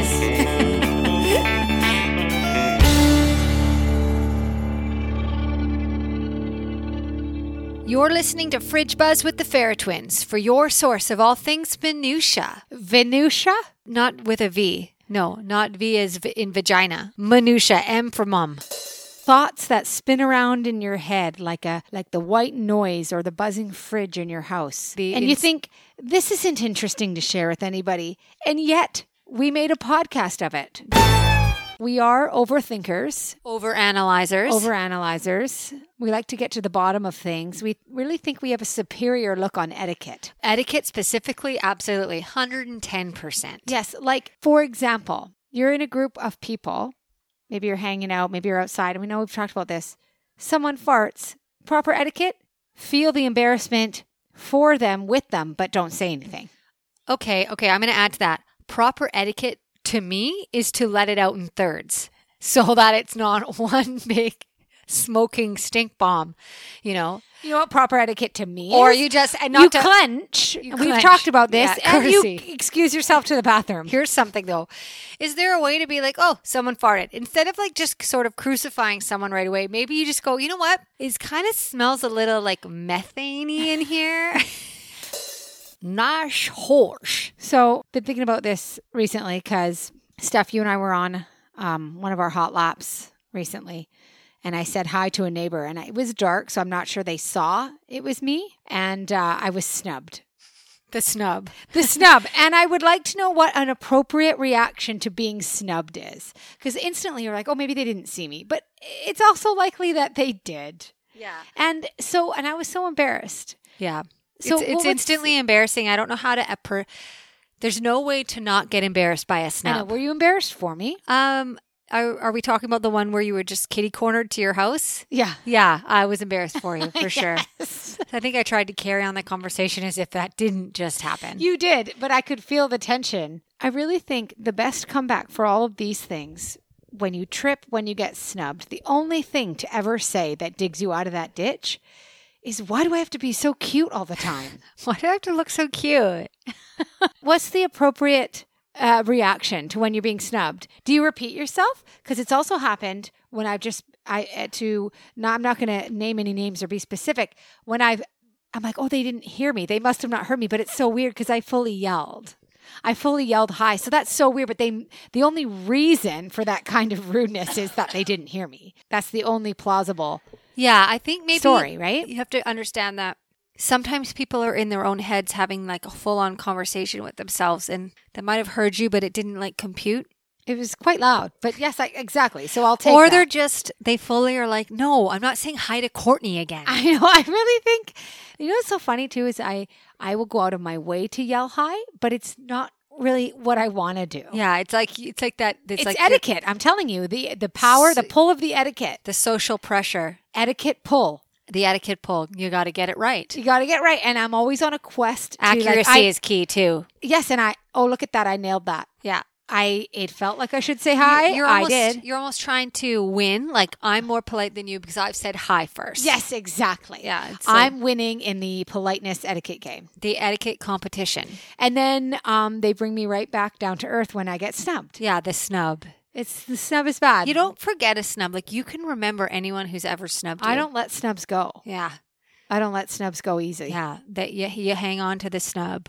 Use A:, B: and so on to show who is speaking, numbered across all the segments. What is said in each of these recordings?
A: You're listening to Fridge Buzz with the Fair Twins for your source of all things minutia.
B: Venusia?
A: Not with a V. No, not V as v- in vagina. Minutia, M for mum.
B: Thoughts that spin around in your head like a like the white noise or the buzzing fridge in your house.
A: The
B: and you
A: ins-
B: think this isn't interesting to share with anybody. And yet, we made a podcast of it. We are overthinkers,
A: Over analyzers.
B: overanalyzers. We like to get to the bottom of things. We really think we have a superior look on etiquette.
A: Etiquette specifically, absolutely. 110%.
B: Yes, like for example, you're in a group of people. Maybe you're hanging out, maybe you're outside, and we know we've talked about this. Someone farts. Proper etiquette, feel the embarrassment for them with them, but don't say anything.
A: Okay, okay, I'm going to add to that. Proper etiquette to me is to let it out in thirds so that it's not one big smoking stink bomb, you know?
B: You know what proper etiquette to me
A: Or
B: is?
A: you just, and
B: you
A: not to.
B: clench.
A: You
B: We've
A: clench.
B: talked about this.
A: Yeah,
B: and you
A: courtesy.
B: excuse yourself to the bathroom.
A: Here's something though. Is there a way to be like, oh, someone farted? Instead of like just sort of crucifying someone right away, maybe you just go, you know what? It kind of smells a little like methane in here. Nash horse.
B: So, been thinking about this recently because Steph, you and I were on um, one of our hot laps recently, and I said hi to a neighbor, and it was dark, so I'm not sure they saw it was me, and uh, I was snubbed.
A: The snub.
B: The snub, and I would like to know what an appropriate reaction to being snubbed is, because instantly you're like, oh, maybe they didn't see me, but it's also likely that they did,
A: Yeah.
B: and so, and I was so embarrassed.
A: Yeah. So
B: So
A: it's,
B: what
A: it's
B: would-
A: instantly embarrassing. I don't know how to appro- There's no way to not get embarrassed by a
B: I know.
A: snub.
B: Were you embarrassed for me?
A: Um, are, are we talking about the one where you were just kitty cornered to your house?
B: Yeah.
A: Yeah, I was embarrassed for you for sure. I think I tried to carry on the conversation as if that didn't just happen.
B: You did, but I could feel the tension. I really think the best comeback for all of these things when you trip, when you get snubbed, the only thing to ever say that digs you out of that ditch is why do I have to be so cute all the time?
A: Why do I have to look so cute?
B: What's the appropriate uh, reaction to when you're being snubbed? Do you repeat yourself? Because it's also happened when I've just I uh, to not I'm not going to name any names or be specific when I've I'm like oh they didn't hear me they must have not heard me but it's so weird because I fully yelled. I fully yelled hi. So that's so weird, but they the only reason for that kind of rudeness is that they didn't hear me. That's the only plausible
A: Yeah, I think maybe
B: story, right?
A: you have to understand that sometimes people are in their own heads having like a full on conversation with themselves and they might have heard you but it didn't like compute.
B: It was quite loud, but yes, I, exactly. So I'll take
A: or
B: that.
A: they're just they fully are like, no, I'm not saying hi to Courtney again.
B: I know. I really think you know what's so funny too is I I will go out of my way to yell hi, but it's not really what I want to do.
A: yeah, it's like it's like that. It's,
B: It's,
A: like the-
B: etiquette. I'm telling you the the power, the pull of the etiquette,
A: the social pressure,
B: etiquette pull.
A: the etiquette pull. You got to get it right.
B: You got to get right, and I'm always on a quest. to, like,
A: Accuracy
B: I-
A: is key too.
B: yes, and I oh look at that, I nailed that.
A: Yeah.
B: I it felt like I should say hi.
A: you're
B: I
A: almost,
B: did.
A: You're almost trying to win. Like I'm more polite than you because I've said hi first.
B: Yes, exactly.
A: Yeah, it's like-
B: I'm winning in the politeness etiquette game.
A: the etiquette competition.
B: And then um, they bring me right back down to earth when I get snubbed.
A: Yeah, the snub.
B: It's the snub is bad.
A: You don't forget a snub. Like you can remember anyone who's ever snubbed you.
B: I don't let snubs go.
A: Yeah,
B: I don't let snubs go easy.
A: yeah. That you, you hang on to the snub.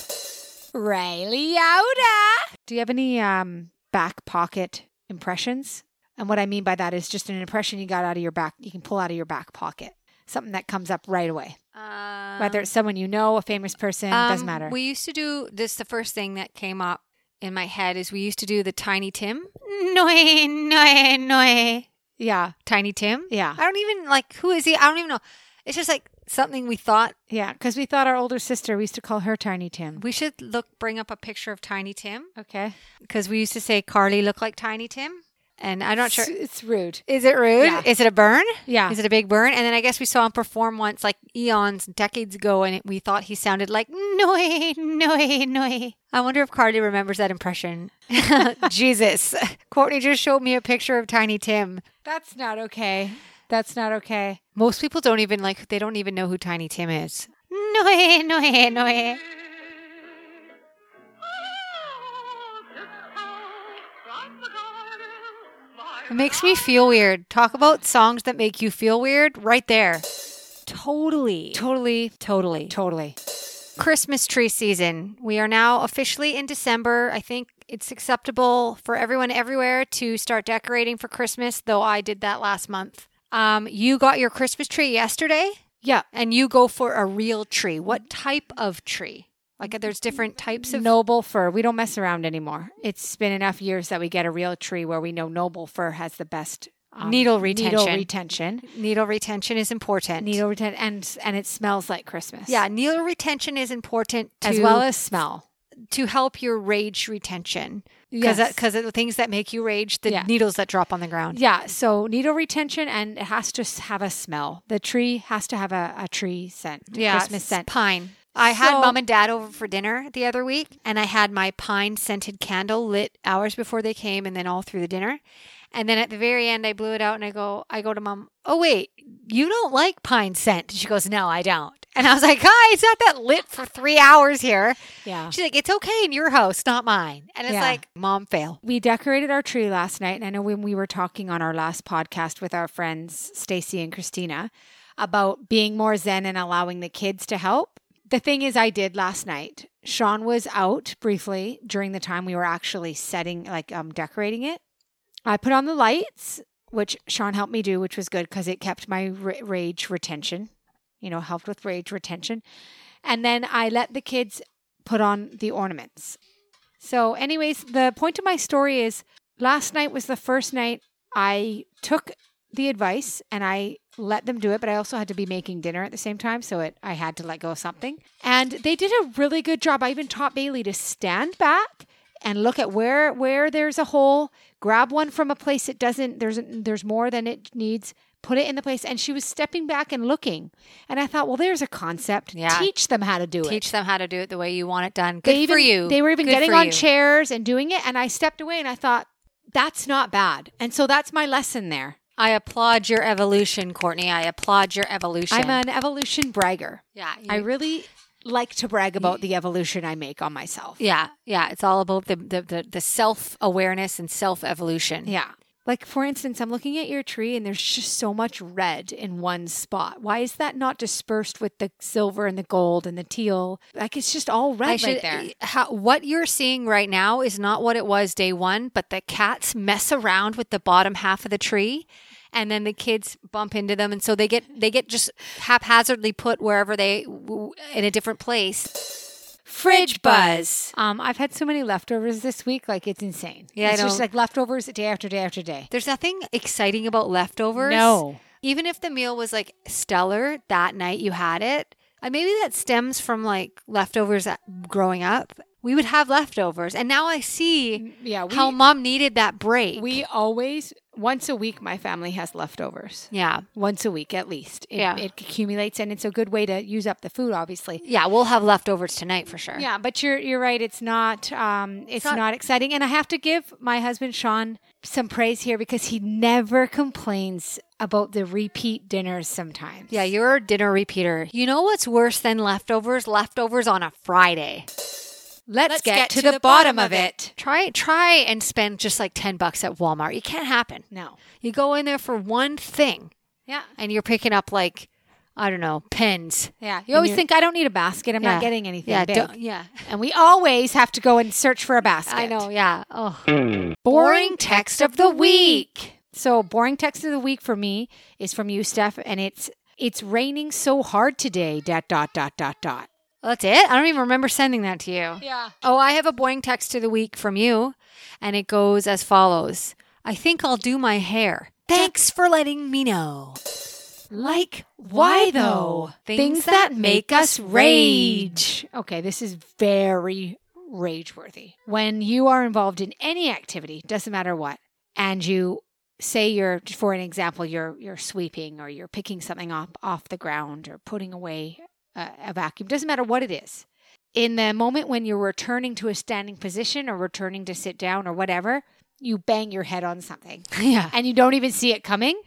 B: Riley Yoda. Do you have any um, back pocket impressions? And what I mean by that is just an impression you got out of your back, you can pull out of your back pocket. Something that comes up right away.
A: Um,
B: Whether it's someone you know, a famous person, doesn't
A: Um,
B: matter.
A: We used to do this. The first thing that came up in my head is we used to do the Tiny Tim. No, no, no.
B: yeah.
A: Tiny Tim.
B: Yeah.
A: I don't even like who is he. I don't even know. It's just like something we thought
B: Yeah. Because we thought our older sister, we used to call her Tiny Tim.
A: we should look. Bring up a picture of Tiny Tim
B: Okay.
A: because we used to say Carly looked like Tiny Tim, and I'm not sure.
B: It's, it's rude.
A: Is it rude?
B: Yeah.
A: Is it a burn?
B: Yeah.
A: Is it a big burn? And then I guess we saw him perform once, like eons, decades ago, and it, we thought he sounded like no, no, no. I wonder if Carly remembers that impression. Jesus, Courtney just showed me a picture of Tiny Tim.
B: That's not okay. That's not okay.
A: Most people don't even like; they don't even know who Tiny Tim is. No, no, no. It makes me feel weird. Talk about songs that make you feel weird, right there.
B: Totally.
A: Totally, totally.
B: Totally.
A: Christmas tree season. We are now officially in December. I think it's acceptable for everyone everywhere to start decorating for Christmas, though I did that last month. Um, you got your Christmas tree yesterday
B: Yeah.
A: and you go for a real tree. What type of tree? Like there's different types of
B: Noble fir. We don't mess around anymore. It's been enough years that we get a real tree where we know noble fir has the best um,
A: Needle
B: Needle
A: retention.
B: retention.
A: needle retention is important.
B: Needle retention. And, and it smells like Christmas.
A: yeah, needle retention is important to,
B: As well as smell.
A: to help your rage retention because
B: Yes.
A: because of the things that make you rage, the
B: Yeah.
A: needles that drop on the ground.
B: Yeah, so needle retention and it has to s- have a smell. The tree has to have a, a tree scent, Christmas
A: it's
B: scent.
A: Pine. I had
B: So-
A: mom and dad over for dinner the other week, and I had my pine scented candle lit hours before they came, and then all through the dinner. And then at the very end, I blew it out, and I go, I go to mom. Oh wait, you don't like pine scent? And she goes, No, I don't. And I was like, Hi, it's not that lit for three hours here.
B: Yeah.
A: She's like, It's okay in your house, not mine. And it's
B: Yeah.
A: like, Mom, fail.
B: We decorated our tree last night, and I know when we were talking on our last podcast with our friends Stacy and Christina about being more zen and allowing the kids to help. The thing is I did last night. Sean was out briefly during the time we were actually setting like um decorating it. I put on the lights, which Sean helped me do, which was good because it kept my r- rage retention, you know, helped with rage retention. And then I let the kids put on the ornaments. So, anyways, the point of my story is last night was the first night I took the advice and I let them do it, but I also had to be making dinner at the same time. So, it, I had to let go of something. And they did a really good job. I even taught Bailey to stand back and look at where where there's a hole grab one from a place it doesn't there's there's more than it needs put it in the place and she was stepping back and looking and i thought well there's a concept
A: Yeah.
B: teach them how to do it
A: Teach them how to do it the way you want it done. Good
B: they even,
A: for you.
B: They were even
A: Good
B: getting
A: for
B: on
A: you.
B: chairs and doing it. And I stepped away and I thought, that's not bad. And so that's my lesson there.
A: I applaud your evolution, Courtney. I applaud your evolution.
B: I'm an evolution bragger.
A: yeah.
B: I
A: you-
B: really like to brag about the evolution I make on myself.
A: Yeah, yeah, it's all about the the, the, the self awareness and self evolution.
B: Yeah. Like, for instance, I'm looking at your tree and there's just so much red in one spot. Why is that not dispersed with the silver and the gold and the teal? Like, it's just all red
A: I
B: right
A: should. eh,
B: there.
A: How, what you're seeing right now is not what it was day one, but the cats mess around with the bottom half of the tree, and then the kids bump into them, and so they get they get just haphazardly put wherever they w- in a different place.
B: Fridge buzz. Um, I've had so many leftovers this week, like it's insane.
A: Yeah, I
B: it's just
A: don't-
B: like leftovers day after day after day.
A: There's nothing exciting about leftovers.
B: No.
A: even if the meal was like stellar that night you had it, and maybe that stems from like leftovers at- growing up. We would have leftovers, and now I see
B: Mm, Yeah, we,
A: how mom needed that break.
B: we always once a week my family has leftovers.
A: yeah,
B: Once a week at least. It,
A: Yeah.
B: it accumulates and it's a good way to use up the food obviously.
A: yeah, we'll have leftovers tonight for sure.
B: Yeah, but you're you're right. It's not um, it's
A: not-
B: not, exciting, and I have to give my husband Sean some praise here because he never complains about the repeat dinners. Sometimes,
A: yeah, you're a dinner repeater. You know what's worse than leftovers? Leftovers on a Friday.
B: let's, get, to, the, bottom, of it.
A: Try try and spend just like ten bucks at Walmart. It can't happen.
B: No,
A: You go in there for one thing,
B: yeah,
A: and you're picking up like I don't know pens.
B: yeah. You always
A: you're-
B: think I don't need a basket. I'm
A: Yeah.
B: not getting anything
A: Yeah,
B: big,
A: don't- yeah.
B: and we always have to go and search for a basket.
A: I know, yeah. Oh,
B: Boring text of the week. So, boring text of the week for me is from you, Steph, and it's it's raining so hard today. Dot dot dot dot dot.
A: that's it. I don't even remember sending that to you.
B: Yeah.
A: Oh, I have a boring text of the week from you, and it goes as follows I think I'll do my hair. Thanks for letting me know.
B: Like
A: why though?
B: Things, that make us rage. Okay, this is very rage worthy. When you are involved in any activity, doesn't matter what, and you say you're for an example, you're you're sweeping or you're picking something up off the ground or putting away a, a vacuum, doesn't matter what it is. In the moment when you're returning to a standing position or returning to sit down or whatever, you bang your head on something
A: Yeah.
B: and you don't even see it coming.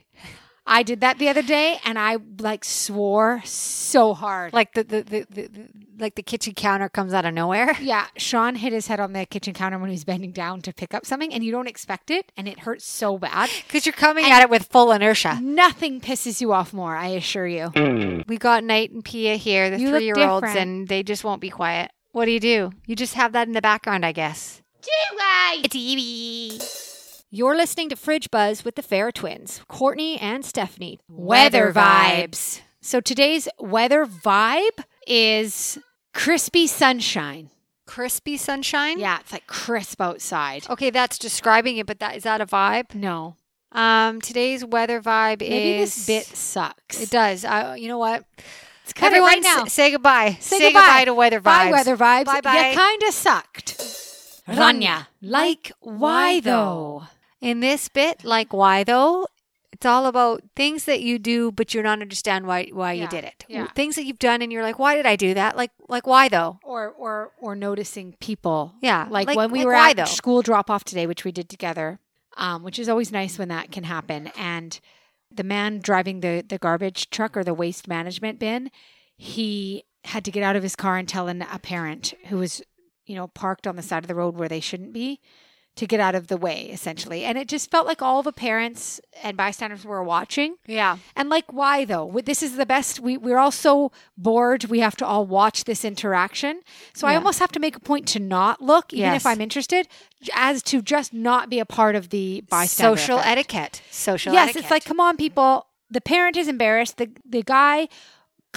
B: I did that the other day and I like swore so hard.
A: Like the, the, the, the, the like the kitchen counter comes out of nowhere.
B: yeah, Sean hit his head on the kitchen counter when he was bending down to pick up something and you don't expect it and it hurts so bad.
A: Because you're coming at it with full inertia.
B: Nothing pisses you off more, I assure you.
A: Mm. We got Knight and Pia here, the
B: You look
A: three year olds,
B: different.
A: and they just won't be quiet. What do you do? You just have that in the background, I guess.
C: You're listening to Fridge Buzz with the Fair Twins, Courtney and Stephanie.
B: Weather vibes. So today's weather vibe is crispy sunshine.
A: Crispy sunshine?
B: Yeah, it's like crisp outside.
A: Okay, that's describing it, but that is that a vibe?
B: No,
A: Um, today's weather vibe
B: maybe
A: is
B: this bit sucks.
A: It does. I, you know what?
B: It's cut it
A: Everyone,
B: right now.
A: s- say goodbye.
B: Say
A: goodbye.
B: goodbye.
A: to weather vibes.
B: Bye, weather vibes.
A: Bye-bye.
B: You kind of sucked. Rania, like why though?
A: In this bit, like why though? It's all about things that you do, but you're not understand why why
B: Yeah,
A: you did it.
B: yeah.
A: Things that you've done, and you're like, why did I do that? Like like why though?
B: Or or or noticing people.
A: Yeah,
B: like,
A: like-
B: when we
A: like
B: were
A: why,
B: at
A: though?
B: school drop off today, which we did together, um, which is always nice when that can happen. And the man driving the the garbage truck or the waste management bin, he had to get out of his car and tell an, a parent who was you know parked on the side of the road where they shouldn't be to get out of the way essentially and it just felt like all the parents and bystanders were watching
A: Yeah,
B: And like, why though? W- This is the best. We we're all so bored. We have to all watch this interaction. So I
A: Yeah.
B: almost have to make a point to not look, even
A: Yes.
B: if I'm interested, j- as to just not be a part of the bystander.
A: social
B: effect.
A: etiquette. Social
B: Yes,
A: etiquette.
B: it's like, come on, people. The parent is embarrassed. The the guy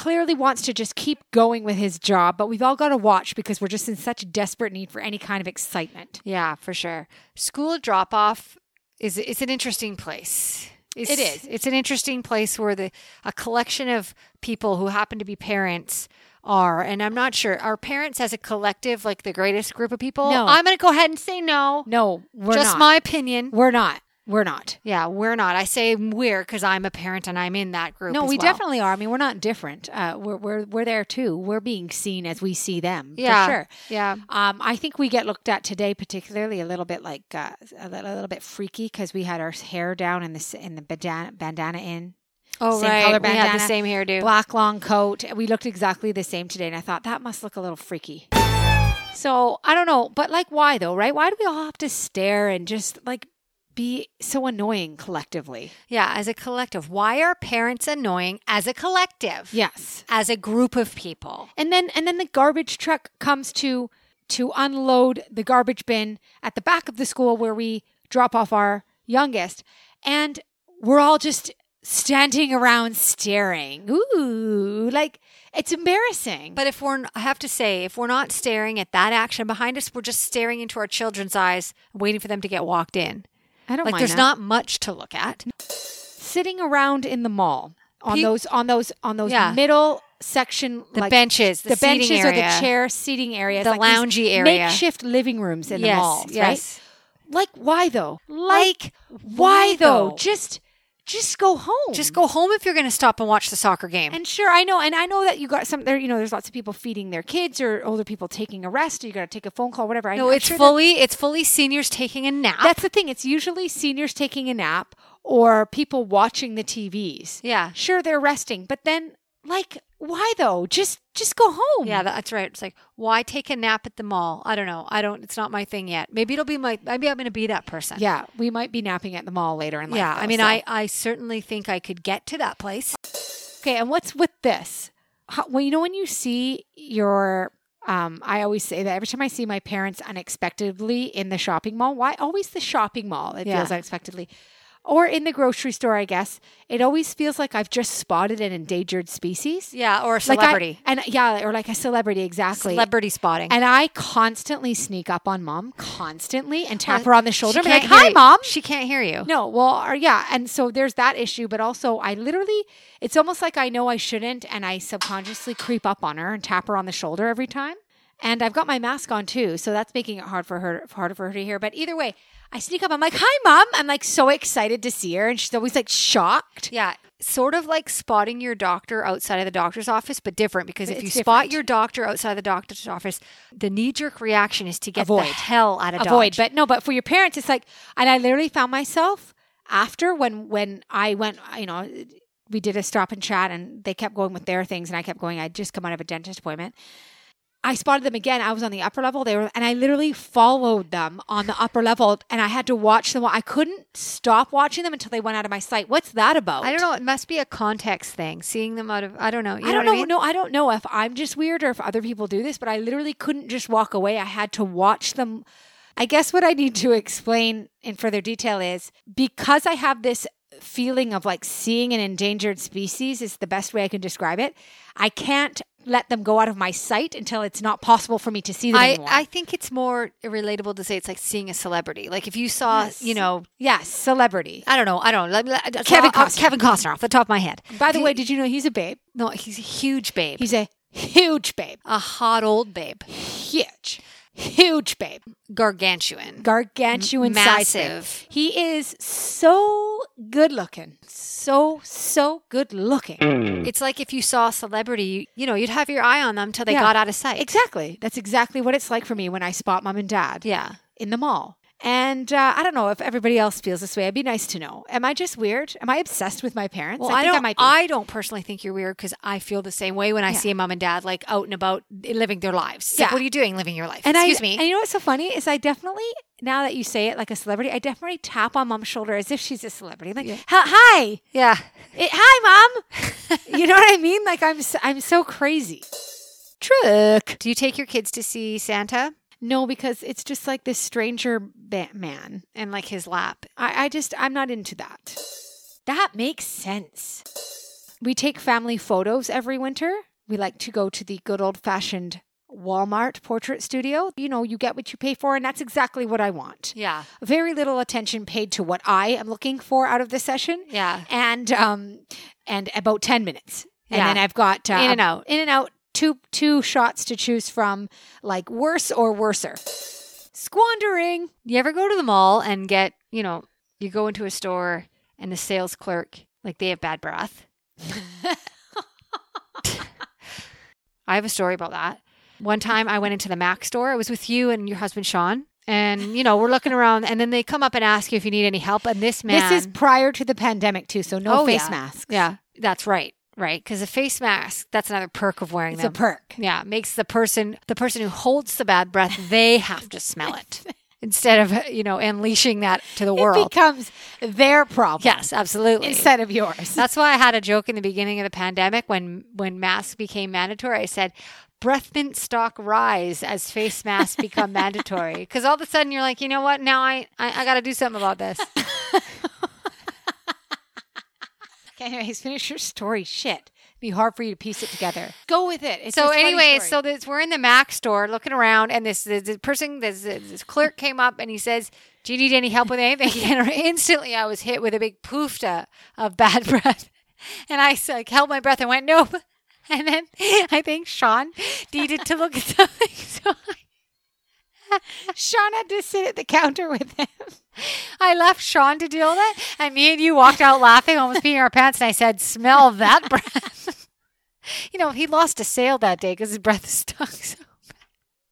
B: clearly wants to just keep going with his job, but we've all got to watch because we're just in such desperate need for any kind of excitement.
A: yeah, for sure. School drop off is it's an interesting place. It's,
B: It is.
A: It's an interesting place where the a collection of people who happen to be parents are, and I'm not sure. Are parents as a collective like the greatest group of people?
B: No.
A: I'm going to go ahead and say no.
B: No, we're
A: Just
B: not.
A: my opinion.
B: we're not. We're not.
A: Yeah, we're not. I say we're because I'm a parent and I'm in that group.
B: No,
A: as
B: we
A: well.
B: definitely are. I mean, we're not different. Uh, we're we're we're there too. We're being seen as we see them.
A: Yeah,
B: for sure.
A: yeah.
B: Um, I think we get looked at today, particularly a little bit like uh, a, little, a little bit freaky because we had our hair down in the s- in the bandana, bandana in.
A: Oh
B: same
A: right,
B: color
A: we had the
B: bandana,
A: same hairdo.
B: black long coat. We looked exactly the same today, and I thought that must look a little freaky. So I don't know, but like, why though, right? Why do we all have to stare and just like be so annoying collectively?
A: Yeah, as a collective, why are parents annoying as a collective?
B: Yes,
A: as a group of people.
B: and then and then the garbage truck comes to to unload the garbage bin at the back of the school where we drop off our youngest and we're all just standing around staring ooh like it's embarrassing
A: But if we're, I have to say, if we're not staring at that action behind us, we're just staring into our children's eyes, waiting for them to get walked in.
B: i don't
A: Like
B: mind
A: there's
B: that.
A: not much to look at.
B: sitting around in the mall on
A: Pe-
B: those on those on those
A: Yeah.
B: middle section
A: The
B: like,
A: benches, the,
B: the
A: seating
B: benches or
A: area.
B: the chair seating areas
A: The
B: these
A: loungy area.
B: makeshift living rooms in
A: yes,
B: the malls right
A: yes.
B: Like why though?
A: Like,
B: Like
A: why
B: why though?
A: though?
B: Just just go home.
A: Just go home if you're going to stop and watch the soccer game.
B: And sure, I know, and I know that you got some there. You know, there's lots of people feeding their kids or older people taking a rest. Or you got to take a phone call, whatever. I-
A: no,
B: I'm
A: it's
B: sure that-
A: fully, it's fully seniors taking a nap.
B: that's the thing. It's usually seniors taking a nap or people watching the TVs.
A: yeah,
B: Sure, they're resting, but then like why though? Just just go home.
A: yeah, that's right. It's like, why take a nap at the mall? I don't know. I don't. It's not my thing yet. Maybe it'll be my. Maybe I'm going to be that person.
B: yeah. We might be napping at the mall later in life.
A: yeah. I
B: though,
A: mean,
B: so.
A: I, I certainly think I could get to that place.
B: Okay, and what's with this? How, well, you know when you see your, um, I always say that every time I see my parents unexpectedly in the shopping mall. Why always the shopping mall? It
A: Yeah.
B: feels unexpectedly, or in the grocery store. I guess it always feels like I've just spotted an endangered species,
A: Yeah, or a
B: Like I-
A: celebrity.
B: and yeah, or like a celebrity exactly.
A: celebrity spotting.
B: and I constantly sneak up on mom, constantly, and tap
A: Uh,
B: her on the
A: she
B: shoulder. and be like,
A: can't hear
B: "Hi,
A: you.
B: mom."
A: She can't hear you.
B: No, well, or, yeah, and so there's that issue, but also I literally, it's almost like I know I shouldn't, and I subconsciously creep up on her and tap her on the shoulder every time. And I've got my mask on too, so that's making it hard for her, harder for her to hear. But either way, I sneak up. I'm like, "Hi, mom!" I'm like so excited to see her, and she's always like shocked.
A: Yeah, sort of like spotting your doctor outside of the doctor's office, but different because if
B: It's
A: you spot
B: different.
A: your doctor outside the doctor's office, the knee-jerk reaction is to get the
B: Avoid.
A: hell out of
B: Avoid,
A: Dodge.
B: but no, but for your parents, it's like, and I literally found myself after when when I went, you know, we did a stop and chat, and they kept going with their things, and I kept going. I'd just come out of a dentist appointment. I spotted them again. I was on the upper level. They were, and I literally followed them on the upper level, and I had to watch them. I couldn't stop watching them until they went out of my sight. What's that about?
A: I don't know. It must be a context thing. Seeing them out of, I don't know. You
B: I don't
A: what
B: know.
A: I mean?
B: No, I don't know if I'm just weird or if other people do this, but I literally couldn't just walk away. I had to watch them. I guess what I need to explain in further detail is because I have this feeling of like seeing an endangered species is the best way I can describe it. I can't let them go out of my sight until it's not possible for me to see them
A: I,
B: anymore.
A: I think it's more relatable to say it's like seeing a celebrity. Like if you saw, you know,
B: yes, celebrity.
A: I don't know, I don't know. Let- let-
B: Kevin
A: I'll- I'll-
B: Costner.
A: Kevin Costner off the top of my head.
B: By the way, did you know he's a babe?
A: No, he's a huge babe.
B: He's a huge babe.
A: a hot old babe.
B: Huge. Huge babe.
A: Gargantuan.
B: gargantuan size thing.
A: Massive.
B: He is so good looking. So, so good looking.
A: It's like if you saw a celebrity, you, you know, you'd have your eye on them till they
B: Yeah.
A: got out of sight.
B: Exactly. That's exactly what it's like for me when I spot mom and dad
A: Yeah.
B: in the mall. And uh, I don't know if everybody else feels this way. It'd be nice to know. Am I just weird? Am I obsessed with my parents?
A: Well, I,
B: think
A: don't.
B: I might be.
A: I don't personally think you're weird because I feel the same way when I
B: Yeah.
A: see mom and dad like out and about living their lives. It's like,
B: Yeah.
A: what are you doing, living your life?
B: and
A: Excuse
B: I,
A: me.
B: And you know what's so funny is I definitely, now that you say it like a celebrity, I definitely tap on mom's shoulder as if she's a celebrity. Like, hi,
A: yeah.
B: It- hi, mom. you know what I mean? Like I'm, s- I'm so crazy. Trick.
A: Do you take your kids to see Santa
B: No, because it's just like this stranger ba- man.
A: and like his lap?
B: I, I just, I'm not into that. That makes sense. We take family photos every winter. We like to go to the good old fashioned Walmart portrait studio. You know, you get what you pay for, and that's exactly what I want.
A: Yeah.
B: Very little attention paid to what I am looking for out of the session.
A: Yeah.
B: And um and about 10 minutes. And
A: Yeah.
B: then I've got uh,
A: In and out.
B: In and out two two shots to choose from like worse or worser. Squandering.
A: You ever go to the mall and get, you know, you go into a store and the sales clerk, like they have bad breath? I have a story about that. One time I went into the Mac store. I was with you and your husband, Sean. And, you know, we're looking around and then they come up and ask you if you need any help. And this man.
B: This is prior to the pandemic too, so no
A: Oh,
B: face
A: yeah.
B: masks.
A: Yeah, that's right. Right. Because a face mask, that's another perk of wearing
B: It's
A: them.
B: a perk.
A: Yeah, makes the person the person who holds the bad breath they have to smell it instead of you know unleashing that to the
B: It
A: world.
B: becomes their problem
A: yes, absolutely.
B: instead of yours.
A: That's why I had a joke in the beginning of the pandemic when when masks became mandatory. I said, "Breath mint stock rise as face masks become mandatory." Because all of a sudden you're like, you know what? Now I I, I got to do something about this.
B: Okay, anyways, finish your story. Shit. Be hard for you to piece it together. Go with it. It's
A: so
B: a funny
A: anyway,
B: story.
A: so this, we're in the Mac store looking around, and this this, this person, this, this clerk came up, and he says, "Do you need any help with anything?" And instantly, I was hit with a big poofta of bad breath, and I s- like, held my breath and went, "Nope." And then I think Sean needed to look at something, so
B: Sean had to sit at the counter with him.
A: I left Sean to deal with it. And me and you walked out laughing, almost peeing our pants, and I said, "Smell that breath." you know, he lost a sale that day because his breath stunk so bad.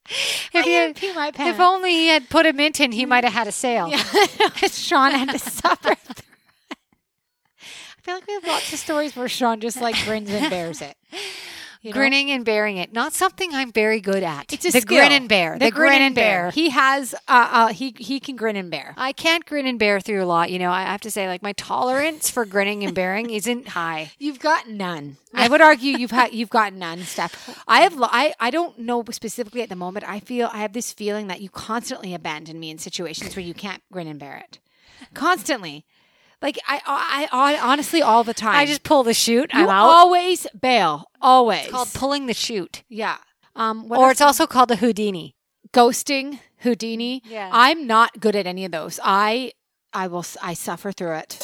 A: If
B: I
A: he
B: didn't
A: had-
B: pee my pants.
A: If
B: Mm-hmm.
A: only he had put a mint in, he might have had a sale.
B: Yeah. Sean had to suffer. I feel like we have lots of stories where Sean just like grins and bears it. You know?
A: Grinning and bearing it. Not something I'm very good at.
B: It's a
A: the
B: skill.
A: grin and bear. The, grin, and bear.
B: He has uh, uh he he can grin and bear.
A: I can't grin and bear through a lot. You know, I have to say, like, my tolerance for grinning and bearing isn't high.
B: You've got none. I would argue you've had you've got none, Steph. I have lo- I I don't know specifically at the moment. I feel I have this feeling that you constantly abandon me in situations where you can't grin and bear it. Constantly. Like I I, I honestly all the time.
A: I just pull the chute.
B: You
A: I'm out.
B: always bail. Always.
A: It's called pulling the chute.
B: yeah. Um, what
A: Or
B: else?
A: it's also called a Houdini.
B: ghosting, Houdini.
A: Yeah.
B: I'm not good at any of those. I I will s- I suffer through it.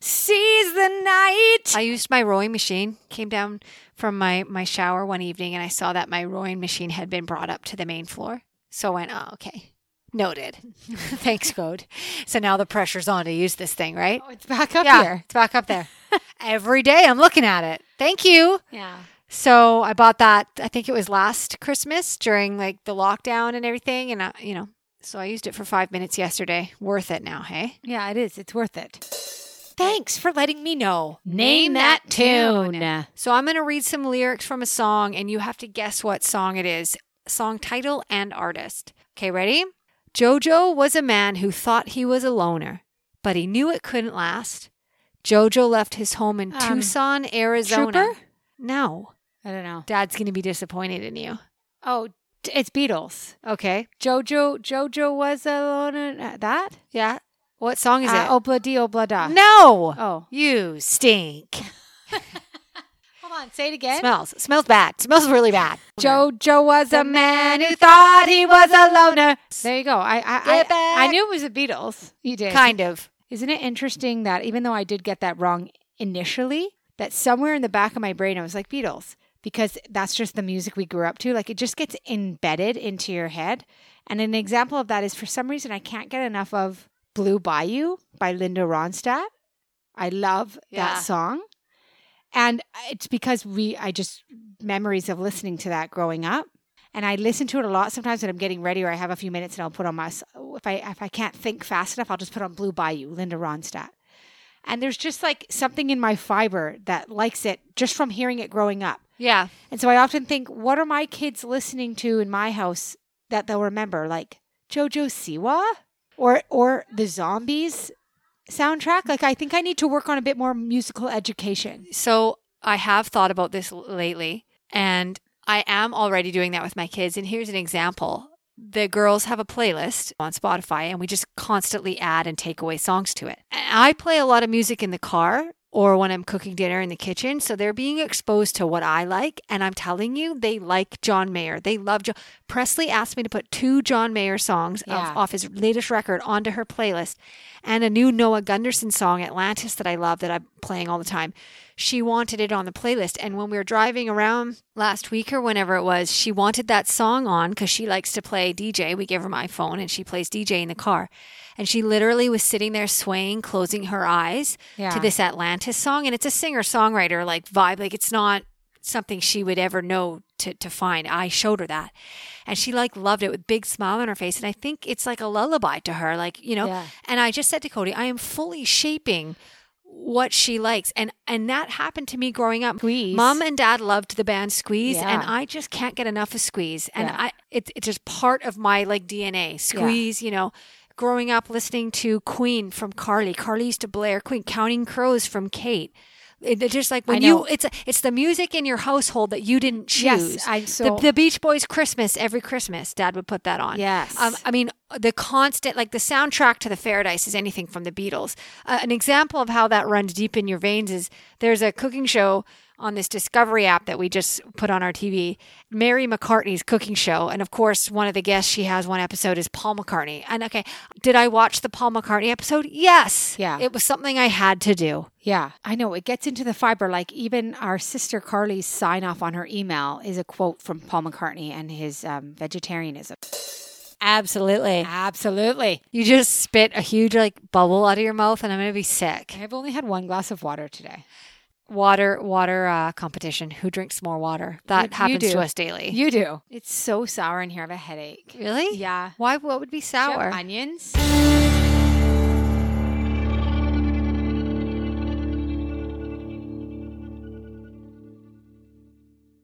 B: Seize the night.
A: I used my rowing machine. Came down from my my shower one evening, and I saw that my rowing machine had been brought up to the main floor. So I went, oh, okay, noted. Thanks, code. So now the pressure's on to use this thing, right?
B: oh, it's back up
A: yeah,
B: here.
A: it's back up there. Every day I'm looking at it. Thank you.
B: Yeah.
A: So I bought that. I think it was last Christmas during like the lockdown and everything, and I, you know, So I used it for five minutes yesterday. Worth it now, hey?
B: Yeah, it is. It's worth it.
C: Thanks for letting me know.
B: Name that tune.
A: So I'm going to read some lyrics from a song, and you have to guess what song it is, song title, and artist. Okay, ready? Jojo was a man who thought he was a loner, but he knew it couldn't last. Jojo left his home in
B: Um,
A: Tucson, Arizona.
B: Trooper?
A: No,
B: I don't know.
A: dad's going to be disappointed in you.
B: Oh, t- it's Beatles.
A: Okay.
B: Jojo Jojo was alone. in- uh, That
A: Yeah. What song is
B: uh,
A: it? Ah.
B: Obla di obla da.
A: no.
B: Oh,
A: You stink.
B: hold on. Say it again.
A: Smells. Smells bad. Smells really bad.
B: Jojo was a man who thought he was a loner. There you go. I I,
A: Get
B: I, I
A: back.
B: knew it was the Beatles. You did.
A: Kind of.
B: Isn't it interesting that even though I did get that wrong initially, that somewhere in the back of my brain I was like Beatles because that's just the music we grew up to. Like it just gets embedded into your head. And an example of that is for some reason I can't get enough of Blue Bayou by Linda Ronstadt. I love
A: Yeah.
B: that song. And it's because we I just memories of listening to that growing up. And I listen to it a lot sometimes when I'm getting ready or I have a few minutes and I'll put on my if I if I can't think fast enough, I'll just put on Blue Bayou, Linda Ronstadt. And there's just like something in my fiber that likes it just from hearing it growing up.
A: Yeah.
B: And so I often think, what are my kids listening to in my house that they'll remember? Like Jojo Siwa or or the Zombies soundtrack? Like I think I need to work on a bit more musical education.
A: So I have thought about this l- lately, and I am already doing that with my kids. And here's an example the girls have a playlist on Spotify, and we just constantly add and take away songs to it. And I play a lot of music in the car or when I'm cooking dinner in the kitchen. So they're being exposed to what I like. And I'm telling you, they like John Mayer. They love John. Presley asked me to put two John Mayer songs of-
B: Yeah.
A: off his latest record onto her playlist and a new Noah Gunderson song, Atlantis, that I love that I'm playing all the time. She wanted it on the playlist. And when we were driving around last week or whenever it was, she wanted that song on because she likes to play DJ. We give her my phone and she plays DJ in the car. And she literally was sitting there swaying, closing her eyes
B: Yeah.
A: to this Atlantis song. And it's a singer songwriter like vibe. Like it's not something she would ever know to, to find. I showed her that. And she like loved it with big smile on her face. And I think it's like a lullaby to her. Like, you know,
B: Yeah.
A: and I just said to Cody, I am fully shaping what she likes. And and that happened to me growing up.
B: Squeeze.
A: Mom and dad loved the band Squeeze
B: Yeah.
A: and I just can't get enough of Squeeze. And
B: Yeah.
A: I it's it's just part of my like DNA. Squeeze, you know, growing up listening to Queen from Carly. Carly used to Blair Queen, Counting Crows from Kate. It, it's just like when
B: I know.
A: you it's it's the music in your household that you didn't choose.
B: Yes, I- so-
A: the, the Beach Boys Christmas every Christmas, dad would put that on.
B: Yes.
A: Um, I mean, the constant, like the soundtrack to the Faradise is anything from the Beatles. Uh, an example of how that runs deep in your veins is there's a cooking show on this Discovery app that we just put on our TV, Mary McCartney's cooking show. And of course, one of the guests she has one episode is Paul McCartney. And okay, did I watch the Paul McCartney episode? Yes.
B: Yeah.
A: It was something I had to do.
B: Yeah, I know. It gets into the fiber. Like even our sister Carly's sign off on her email is a quote from Paul McCartney and his um, vegetarianism.
A: Absolutely.
B: Absolutely.
A: You just spit a huge like bubble out of your mouth, and I'm going to be sick.
B: I've only had one glass of water today.
A: water water uh, competition. Who drinks more water?
B: You-
A: That
B: you
A: happens
B: do.
A: to us daily.
B: You do. It's so sour in here. I have a headache.
A: really?
B: Yeah.
A: Why? What would be
B: Do you have
A: sour?
B: onions.